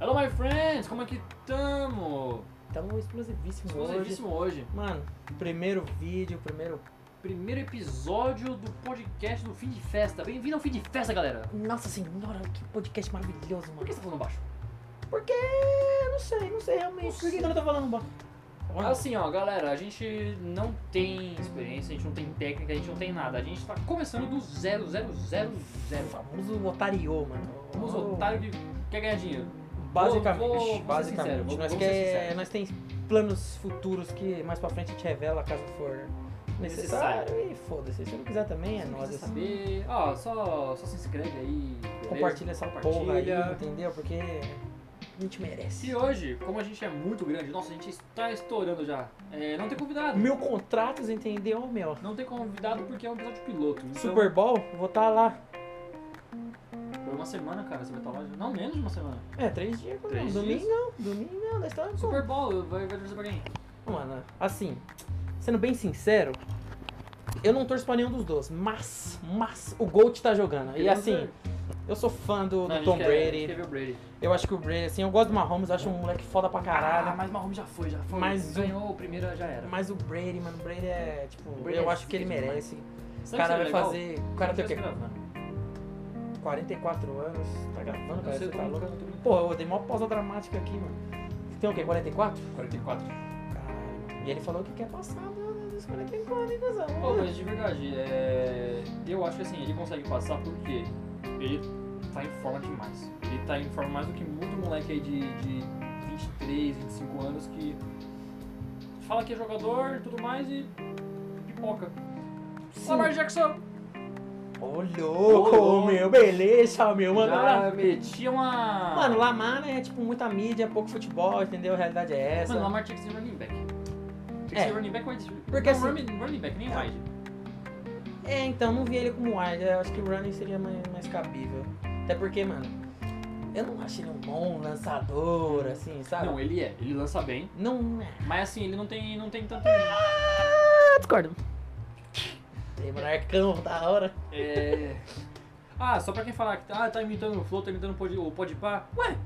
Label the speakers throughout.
Speaker 1: Hello, my friends! Como é que tamo?
Speaker 2: Tamo explosivíssimo, hoje.
Speaker 1: Explosivíssimo hoje.
Speaker 2: Mano, primeiro vídeo, primeiro.
Speaker 1: Primeiro episódio do podcast do Fim de Festa. Bem-vindo ao Fim de Festa, galera.
Speaker 2: Nossa senhora, que podcast maravilhoso,
Speaker 1: Por
Speaker 2: mano.
Speaker 1: que você tá falando baixo?
Speaker 2: Porque. Não sei, não sei realmente.
Speaker 1: Não
Speaker 2: Por que
Speaker 1: sei.
Speaker 2: que eu não tô falando bom?
Speaker 1: Assim, ó, galera, a gente não tem experiência, a gente não tem técnica, a gente não tem nada. A gente tá começando do zero, zero, zero,
Speaker 2: o
Speaker 1: zero.
Speaker 2: famoso otariô, mano.
Speaker 1: Vamos
Speaker 2: Oh.
Speaker 1: otário que quer ganhar dinheiro.
Speaker 2: Basicamente,
Speaker 1: Vou- vou- vou ser
Speaker 2: basicamente.
Speaker 1: sincero, vou-
Speaker 2: nós,
Speaker 1: vou
Speaker 2: quer-
Speaker 1: ser sincero.
Speaker 2: nós tem planos futuros que mais pra frente a gente revela caso for necessário. E foda-se. Se não quiser também, é
Speaker 1: Não
Speaker 2: nóis.
Speaker 1: precisa
Speaker 2: assim.
Speaker 1: saber. Ó, só, só se inscreve aí. beleza?
Speaker 2: Compartilha essa porra aí,
Speaker 1: Compartilha.
Speaker 2: entendeu? Porque a gente merece.
Speaker 1: Se hoje, como a gente é muito grande, nossa, a gente está estourando já. É, não tem convidado.
Speaker 2: Mil contratos, entendeu, meu?
Speaker 1: Não tem convidado porque é um episódio piloto. Então,
Speaker 2: Super Bowl, vou estar lá.
Speaker 1: Por uma semana, cara, você vai estar lá. já. Não, menos de uma semana.
Speaker 2: É, três dias. Não.
Speaker 1: Três
Speaker 2: domingo
Speaker 1: dias?
Speaker 2: não, domingo é não, nós estamos
Speaker 1: Super Bowl, vai, vai torcer pra quem?
Speaker 2: Mano, assim, sendo bem sincero, eu não torço pra nenhum dos dois, mas, mas o Gold tá jogando. E
Speaker 1: Queremos
Speaker 2: assim,
Speaker 1: ver.
Speaker 2: eu sou fã do, do
Speaker 1: é um Não, a gente
Speaker 2: Tom
Speaker 1: quer- a gente
Speaker 2: Brady.
Speaker 1: quer ver o Brady.
Speaker 2: Eu acho que o Brady, assim, eu gosto do Mahomes, eu acho um moleque foda pra
Speaker 1: Ah,
Speaker 2: caralho.
Speaker 1: mas Mahomes já foi, já foi.
Speaker 2: Mas o-
Speaker 1: ganhou o primeiro, já era.
Speaker 2: Mas o Brady, mano, o Brady é, tipo,
Speaker 1: Brady
Speaker 2: eu
Speaker 1: é
Speaker 2: acho que ele
Speaker 1: zica demais.
Speaker 2: merece. O
Speaker 1: Sabe
Speaker 2: cara
Speaker 1: que seria legal? tá é
Speaker 2: vai fazer, tá o cara tem o
Speaker 1: Se
Speaker 2: quê?
Speaker 1: eu tivesse gravando.
Speaker 2: 44 anos, tá gravando,
Speaker 1: Eu sei,
Speaker 2: cara, você
Speaker 1: eu tô
Speaker 2: tá louco?
Speaker 1: brincando, tô brincando.
Speaker 2: Pô, eu dei uma pausa dramática aqui, mano. Tem o quê, 44?
Speaker 1: 44.
Speaker 2: Caralho. E ele falou que quer passar do- dos 44, hein, cuzão?
Speaker 1: Pô, mas de verdade, é... eu acho que assim, ele consegue passar porque ele tá em forma demais. Ele tá em forma mais do que muito moleque aí de, de 23, 25 anos que fala que é jogador e tudo mais e pipoca.
Speaker 2: Sim.
Speaker 1: Lamar Jackson
Speaker 2: Ô, louco,
Speaker 1: louco.
Speaker 2: meu, beleza, meu, mano.
Speaker 1: já
Speaker 2: Lá-
Speaker 1: metia uma...
Speaker 2: Mano, Lamar, né, é tipo muita mídia, pouco futebol, entendeu? A realidade é essa.
Speaker 1: Mano, Lamar tinha que ser running back. Tinha que
Speaker 2: É.
Speaker 1: ser running back wide.
Speaker 2: Porque
Speaker 1: não,
Speaker 2: assim-
Speaker 1: running, running back, nem
Speaker 2: É.
Speaker 1: wide.
Speaker 2: É, então, não vi ele como wide. Eu acho que o running seria mais, mais cabível. Até porque, mano, eu não acho ele um bom lançador, assim, sabe?
Speaker 1: Não, ele é. Ele lança bem,
Speaker 2: Não, não é.
Speaker 1: mas assim, ele não tem, não tem tanto...
Speaker 2: Ah, discordo. Tem monarcão, tá da hora.
Speaker 1: É. Ah, só pra quem falar que tá- ah, tá imitando o Flow, tá imitando o Pod- o Podpah. Ué,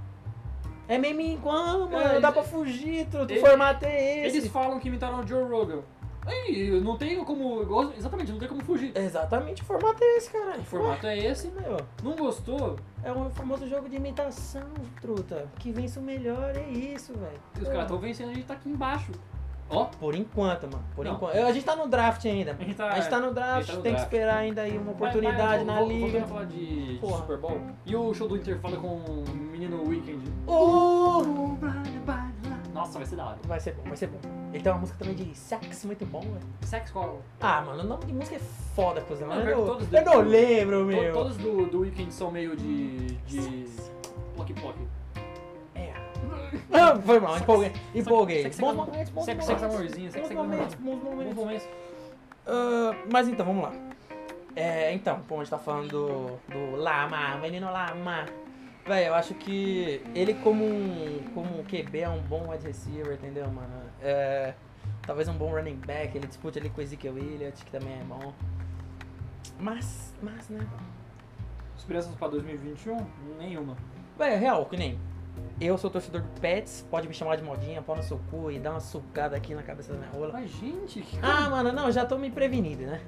Speaker 2: É meme em quando,
Speaker 1: É,
Speaker 2: mano.
Speaker 1: eles-
Speaker 2: Dá pra fugir, truto.
Speaker 1: eles-
Speaker 2: O formato é esse.
Speaker 1: eles falam que imitaram o Joe Rogan. Aí, não tem como. Exatamente, não tem como fugir.
Speaker 2: Exatamente, o formato é esse, caralho.
Speaker 1: O formato é esse.
Speaker 2: Ué, assim, meu.
Speaker 1: Não gostou?
Speaker 2: É um famoso jogo de imitação, truta. Que vence o melhor, é isso, velho.
Speaker 1: Os caras tão vencendo, a gente tá aqui embaixo. Ó,
Speaker 2: Por enquanto, mano. Por
Speaker 1: Não.
Speaker 2: enquanto. Eu- A gente tá no draft ainda.
Speaker 1: a gente tá.
Speaker 2: A gente tá no draft,
Speaker 1: tá no
Speaker 2: tem
Speaker 1: draft.
Speaker 2: que esperar ainda aí uma
Speaker 1: Vai- vai,
Speaker 2: oportunidade
Speaker 1: vou-
Speaker 2: na
Speaker 1: vou-
Speaker 2: liga.
Speaker 1: Voltando a falar de, de
Speaker 2: Porra.
Speaker 1: Super Bowl. E o show do Inter fala com o menino Weekend.
Speaker 2: Oh!
Speaker 1: Nossa, vai ser da hora.
Speaker 2: Vai ser bom, vai ser bom. Ele tem uma música também de sax muito bom, velho.
Speaker 1: Sex qual?
Speaker 2: Ah, mano, o nome de música é foda, cuzão.
Speaker 1: Mano,
Speaker 2: Eu,
Speaker 1: pior que
Speaker 2: não-
Speaker 1: todos
Speaker 2: eu não
Speaker 1: dele-
Speaker 2: lembro,
Speaker 1: To-
Speaker 2: meu.
Speaker 1: Todos do, do Weekend são meio de. de. Plock Plock.
Speaker 2: É. Ah, foi mal,
Speaker 1: Sax-
Speaker 2: empolguei. Empolguei.
Speaker 1: sax-
Speaker 2: Bons momentos, bons
Speaker 1: Sex,
Speaker 2: momentos.
Speaker 1: sex, amorzinho, sex,
Speaker 2: Bons
Speaker 1: sex, amorzinho.
Speaker 2: momentos, bons
Speaker 1: Vamos,
Speaker 2: momentos.
Speaker 1: vamos,
Speaker 2: Ah, mas então, vamos lá. É, então, como a gente tá falando do, do Lama, menino Lama. Véi, eu acho que ele como um, como um QB é um bom wide receiver, entendeu, mano? É, talvez um bom running back, ele disputa ali com o Ezekiel Elliott, que também é bom. Mas, mas, né?
Speaker 1: Esperanças pra 2021? Nenhuma.
Speaker 2: Véi, é real, que nem... Eu sou torcedor do Pets, pode me chamar de modinha, pau no seu cu e dar uma sucada aqui na cabeça da minha rola.
Speaker 1: Mas, gente, que
Speaker 2: Ah, mano, não, já tô me prevenido, né?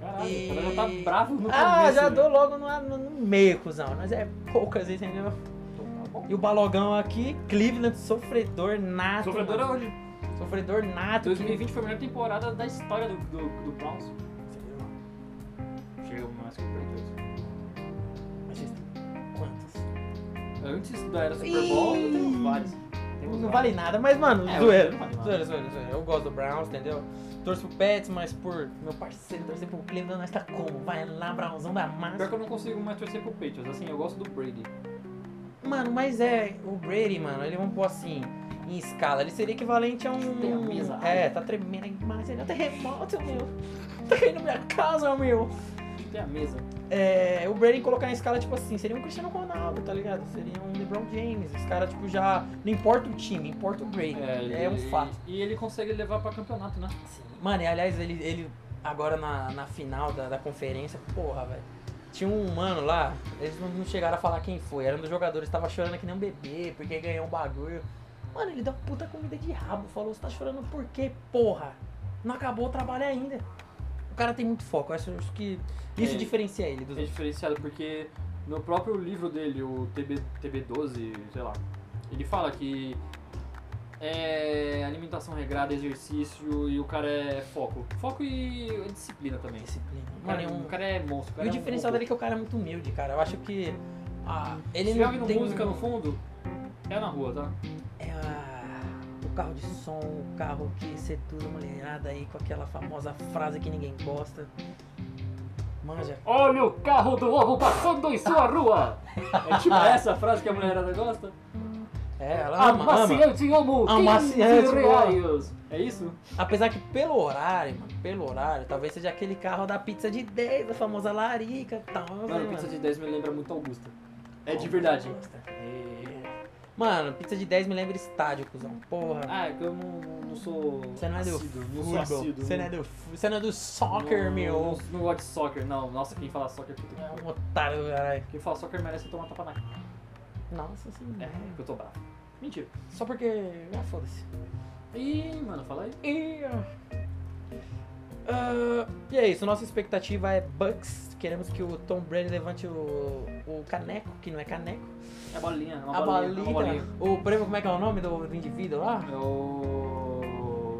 Speaker 1: caralho.
Speaker 2: E-
Speaker 1: O cara já tá bravo no
Speaker 2: Ah,
Speaker 1: começo.
Speaker 2: já
Speaker 1: né?
Speaker 2: dou logo no, no, no meio, cuzão. Mas é poucas, entendeu?
Speaker 1: Tá bom.
Speaker 2: E o balogão aqui, Cleveland, sofredor nato.
Speaker 1: Sofredor é
Speaker 2: mano.
Speaker 1: aonde?
Speaker 2: Sofredor nato. que-
Speaker 1: 2020 foi a melhor temporada da história do, do, do Browns. Chegou mais que o Patriots.
Speaker 2: Mas vocês têm Quantos?
Speaker 1: Antes da era Super Bowl,
Speaker 2: Ih.
Speaker 1: temos vários. Temos
Speaker 2: Não vale
Speaker 1: vários.
Speaker 2: nada, mas, mano,
Speaker 1: É,
Speaker 2: zoeira.
Speaker 1: não vale nada.
Speaker 2: Zoeira, zoeira, zoeira. Eu gosto do Browns, entendeu? Torço pro Pets, mas por meu parceiro, torcer pro Cleveland, nós tá como? Vai lá, Brownzão da
Speaker 1: Pior
Speaker 2: massa.
Speaker 1: que eu não consigo mais torcer pro Patriots. Assim, eu gosto do Brady.
Speaker 2: Mano, mas é, o Brady, mano, ele vamos pôr assim, em escala, ele seria equivalente a um.
Speaker 1: Tem a mesa.
Speaker 2: É, tá tremendo a imagem, é um terremoto, meu. Tá caindo minha casa, meu.
Speaker 1: Tem a mesa.
Speaker 2: É, o Brady colocar em escala, tipo assim, seria um Cristiano Ronaldo, tá ligado? Seria um LeBron James. Os caras, tipo, já. Não importa o time, importa o Brady. É, um
Speaker 1: e-
Speaker 2: fato.
Speaker 1: E ele consegue levar pra campeonato, né?
Speaker 2: Mano, e aliás, ele, ele agora na, na final da, da conferência, porra, velho. Tinha um humano lá, eles não não chegaram a falar quem foi. Era um dos jogadores, tava chorando que nem um bebê, porque ganhou um bagulho. Mano, ele deu uma puta comida de rabo, falou, você tá chorando por quê, porra? Não acabou o trabalho ainda. O cara tem muito foco, eu acho acho que isso
Speaker 1: É.
Speaker 2: diferencia ele dos
Speaker 1: É
Speaker 2: outros.
Speaker 1: diferenciado porque no próprio livro dele, o TB, TB12, sei lá, ele fala que é alimentação regrada, exercício e o cara é foco. Foco e é disciplina também.
Speaker 2: Disciplina.
Speaker 1: O
Speaker 2: Mano,
Speaker 1: cara,
Speaker 2: é um-
Speaker 1: o cara é monstro. O cara é
Speaker 2: E o
Speaker 1: um
Speaker 2: diferencial
Speaker 1: robô.
Speaker 2: dele é que o cara é muito humilde, cara. Eu acho que. ah, ele
Speaker 1: Se tiver
Speaker 2: não
Speaker 1: ouvindo
Speaker 2: tem
Speaker 1: música no fundo, é na rua, tá?
Speaker 2: É a- o carro de som, o carro que seduz a mulherada aí com aquela famosa frase que ninguém gosta. Manja.
Speaker 1: Olha o carro do ovo passando em sua rua! É tipo essa frase que a mulherada gosta?
Speaker 2: É, ela Ah. ama, ama.
Speaker 1: Amaciante amo, 15
Speaker 2: Amaciante, boa.
Speaker 1: reais! É isso?
Speaker 2: Apesar que pelo horário, mano, pelo horário, talvez seja aquele carro da pizza de 10, a famosa larica e tal. né,
Speaker 1: Mano, pizza de 10 me lembra muito Augusta. É de verdade.
Speaker 2: É. Mano, pizza de 10 me lembra estádio, cuzão. Porra.
Speaker 1: Ah, é que eu não, não- não sou.
Speaker 2: Você não é do
Speaker 1: assíduo, não sou
Speaker 2: Futebol.
Speaker 1: assíduo,
Speaker 2: Você não é do, fu- você não é do soccer,
Speaker 1: não,
Speaker 2: meu.
Speaker 1: Não, não gosto de soccer, não. Nossa, quem fala soccer é puta
Speaker 2: É
Speaker 1: que
Speaker 2: um otário do caralho.
Speaker 1: Quem fala soccer merece tomar tapa na cara.
Speaker 2: Nossa senhora.
Speaker 1: É, que eu tô bravo. Mentira.
Speaker 2: Só porque. Ah, foda-se.
Speaker 1: Ih, mano, fala aí.
Speaker 2: E. ah, e é isso, nossa expectativa é Bucks. Queremos que o Tom Brady levante o, o caneco, que não é caneco.
Speaker 1: É bolinha, é uma
Speaker 2: a
Speaker 1: bolinha. é
Speaker 2: balita.
Speaker 1: uma bolinha.
Speaker 2: O prêmio, como é que é o nome do, do indivíduo lá?
Speaker 1: É o.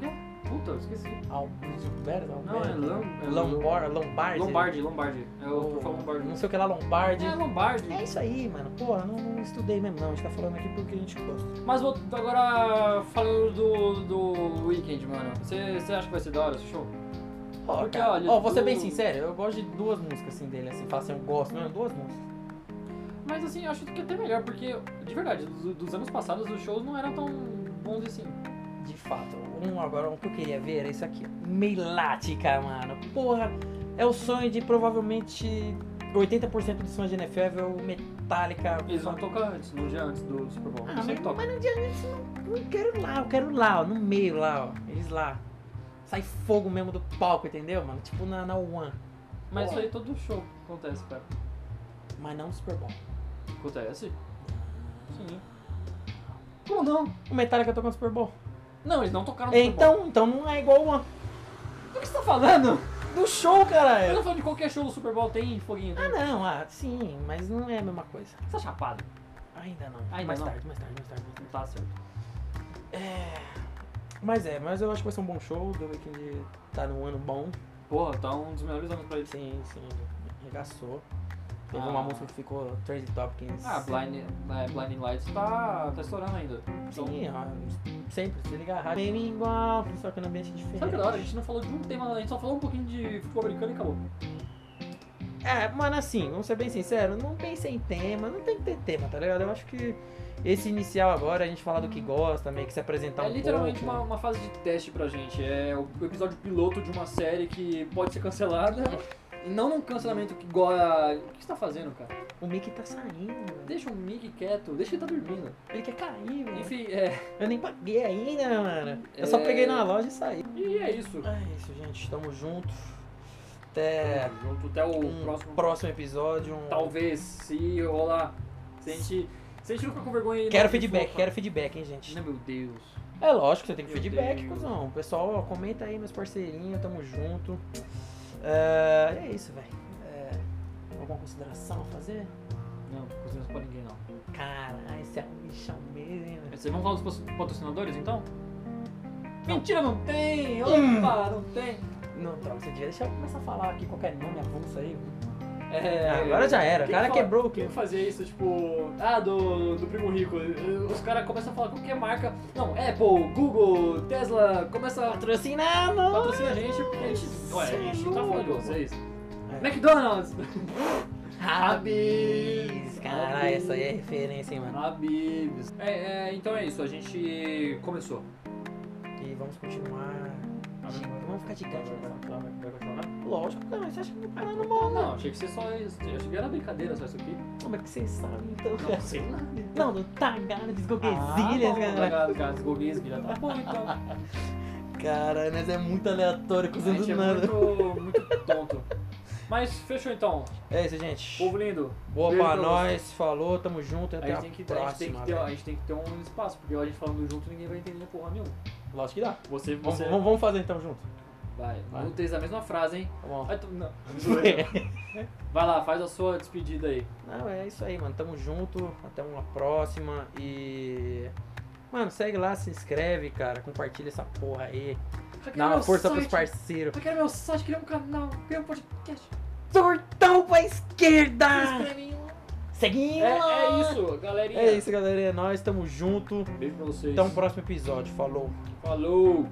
Speaker 1: Quê? Puta, eu esqueci.
Speaker 2: Alberto,
Speaker 1: Não, é Lam... é
Speaker 2: Lombard, Lombardi.
Speaker 1: Lombardi, Lombardi. É o
Speaker 2: O-
Speaker 1: troféu Lombardi.
Speaker 2: Não sei o que lá, Lombardi.
Speaker 1: É Lombardi.
Speaker 2: É isso aí, mano. Porra, não, não estudei mesmo, não. A gente tá falando aqui porque a gente gosta.
Speaker 1: Mas vou agora falando do, do Weekend, mano. Você você acha que vai ser da hora esse show?
Speaker 2: Ó,
Speaker 1: Porque,
Speaker 2: cara,
Speaker 1: olha,
Speaker 2: ó, vou ser
Speaker 1: do-
Speaker 2: bem sincero, eu gosto de duas músicas assim dele, assim. Fala assim, eu gosto mesmo, duas músicas.
Speaker 1: Mas assim, eu acho que até melhor, porque, de verdade, do- dos anos passados os shows não eram tão bons assim.
Speaker 2: De fato, um agora um que eu queria ver era isso aqui. ó. Meilática, mano. Porra, é o sonho de provavelmente 80% dos fãs de NFL é o Metallica.
Speaker 1: Eles vão tocar antes, no dia antes do Super Bowl.
Speaker 2: Ah, mas,
Speaker 1: Sempre toca.
Speaker 2: mas não adianta, isso não, não quero lá, eu quero lá, ó, no meio lá, ó. Eles lá. Sai fogo mesmo do palco, entendeu, mano? Tipo na, na One.
Speaker 1: Mas isso aí todo show acontece, cara.
Speaker 2: Mas não no Super Bowl.
Speaker 1: Acontece? Sim. Como não?
Speaker 2: O Metallica tocou no Super Bowl.
Speaker 1: Não, eles não tocaram no Super Bowl.
Speaker 2: Então, então não é igual o One.
Speaker 1: Do que você tá falando?
Speaker 2: Do show,
Speaker 1: Eu
Speaker 2: caralho.
Speaker 1: tô falando de qualquer show do Super Bowl tem foguinho.
Speaker 2: Ah, não, ah, sim, mas não é a mesma coisa.
Speaker 1: Você tá chapado?
Speaker 2: Ainda não.
Speaker 1: Ainda
Speaker 2: mais
Speaker 1: não.
Speaker 2: tarde, mais tarde, mais tarde, mais tarde.
Speaker 1: Não tá certo.
Speaker 2: Mas é, mas eu acho que vai ser um bom show. O The Weeknd tá num ano bom.
Speaker 1: Porra, tá um dos melhores anos pra eles.
Speaker 2: Sim, sim. Arregaçou. Teve
Speaker 1: Ah.
Speaker 2: uma música que ficou Tracy Topkins.
Speaker 1: Ah, Blind, é, Blinding Lights tá, tá estourando ainda. Então,
Speaker 2: Sim, ó, sempre. Se ligar a rádio. Bem igual, só que no ambiente diferente.
Speaker 1: sabe que da hora? A gente não falou de um tema, a gente só falou um pouquinho de futebol americano e acabou.
Speaker 2: É, mano, assim, vamos ser bem sinceros, não pensei em tema, não tem que ter tema, tá ligado? Eu acho que esse inicial agora, a gente falar do que gosta, meio que se apresentar
Speaker 1: é
Speaker 2: um
Speaker 1: literalmente
Speaker 2: pouco.
Speaker 1: uma, uma fase de teste pra gente. É o o episódio piloto de uma série que pode ser cancelada.
Speaker 2: Uhum.
Speaker 1: E não num cancelamento que gosta. O que você tá fazendo, cara?
Speaker 2: O Mickey tá saindo, velho.
Speaker 1: Deixa o Mickey quieto, deixa ele tá dormindo.
Speaker 2: ele quer cair, velho.
Speaker 1: Enfim, é.
Speaker 2: Eu nem paguei ainda, mano. Eu só
Speaker 1: É.
Speaker 2: peguei na loja e saí.
Speaker 1: E é isso.
Speaker 2: É isso, gente. Tamo junto. Até
Speaker 1: Tamo Junto até o
Speaker 2: um
Speaker 1: próximo.
Speaker 2: próximo episódio. Um...
Speaker 1: Talvez, se rolar. Se a gente. Se a gente não ficar com vergonha
Speaker 2: Quero
Speaker 1: e-
Speaker 2: feedback,
Speaker 1: e-
Speaker 2: quero feedback, hein, gente.
Speaker 1: Não, Meu Deus.
Speaker 2: É lógico, você tem que
Speaker 1: Meu
Speaker 2: feedback,
Speaker 1: Deus.
Speaker 2: cuzão. Pessoal, ó, comenta aí, meus parceirinhos. Tamo junto. É, é isso, velho. É, alguma consideração a fazer?
Speaker 1: Não, cozinha pra ninguém não.
Speaker 2: Caralho, esse é um bichão mesmo, hein, velho.
Speaker 1: Vocês vão falar dos patrocinadores então? Mentira, não tem!
Speaker 2: Hum.
Speaker 1: Opa, não tem!
Speaker 2: Não, troca, você devia deixar eu começar a falar aqui qualquer nome avulso aí. Ah,
Speaker 1: É,
Speaker 2: Agora já era, o
Speaker 1: quem
Speaker 2: cara
Speaker 1: fala-
Speaker 2: quebrou o
Speaker 1: Quem
Speaker 2: quê?
Speaker 1: fazia isso, tipo, ah, do, do Primo Rico, os caras começam a falar qualquer marca, não, Apple, Google, Tesla, começa a
Speaker 2: Patrocinado!
Speaker 1: patrocinar a gente, porque a gente, ué, a gente tá falando de vocês.
Speaker 2: É.
Speaker 1: McDonald's!
Speaker 2: Rabis! Caralho, essa aí é referência, hein, mano.
Speaker 1: Habibs. É, é, então é isso, a gente começou.
Speaker 2: E vamos continuar. Gigante. Vamos ficar gigante nessa porra.
Speaker 1: Vai continuar?
Speaker 2: Lógico, cara, mas você acha que eu Ah, vou parar no
Speaker 1: Não,
Speaker 2: morro,
Speaker 1: não, achei que você só. Achei que era brincadeira só isso aqui.
Speaker 2: Como é que vocês sabem então?
Speaker 1: Não sei lá.
Speaker 2: Não, Ah, não tá, cara,
Speaker 1: Ah,
Speaker 2: desgoguesilhas, cara.
Speaker 1: Obrigado, tá cara. Goguinhas, Guilherme. Tá bom, então.
Speaker 2: Cara, mas é muito aleatório,
Speaker 1: A
Speaker 2: cozinha
Speaker 1: gente
Speaker 2: do
Speaker 1: é
Speaker 2: nada.
Speaker 1: muito, muito tonto. Mas fechou então.
Speaker 2: É isso, gente.
Speaker 1: Povo lindo.
Speaker 2: Boa
Speaker 1: Beijo
Speaker 2: pra
Speaker 1: pra
Speaker 2: nós, falou, tamo junto,
Speaker 1: A
Speaker 2: até a,
Speaker 1: gente, tem que, a, gente tem
Speaker 2: próxima. né?
Speaker 1: que ter, a
Speaker 2: velho.
Speaker 1: gente tem que ter um espaço, porque a gente falando junto ninguém vai entender porra nenhuma.
Speaker 2: Lógico que dá.
Speaker 1: Você,
Speaker 2: Vamos,
Speaker 1: você
Speaker 2: vamos- vamos fazer então junto.
Speaker 1: vai,
Speaker 2: vai.
Speaker 1: não utiliza a mesma frase, hein?
Speaker 2: Tá bom.
Speaker 1: Vai, tu- não. Zoeira. Vai lá, faz a sua despedida aí.
Speaker 2: Não, é isso aí, mano. Tamo junto. Até uma próxima. E. Mano, segue lá, se inscreve, cara. Compartilha essa porra aí. Dá uma força pros parceiros.
Speaker 1: Eu quero meu site, criar um canal, criar um podcast.
Speaker 2: Tortão pra
Speaker 1: Se
Speaker 2: esquerda!
Speaker 1: inscreve em um. É,
Speaker 2: Seguindo!
Speaker 1: é isso, galerinha.
Speaker 2: É isso, Então, galera. É nóis. Tamo junto.
Speaker 1: Beijo pra vocês.
Speaker 2: Até um próximo episódio. Falou.
Speaker 1: Falou.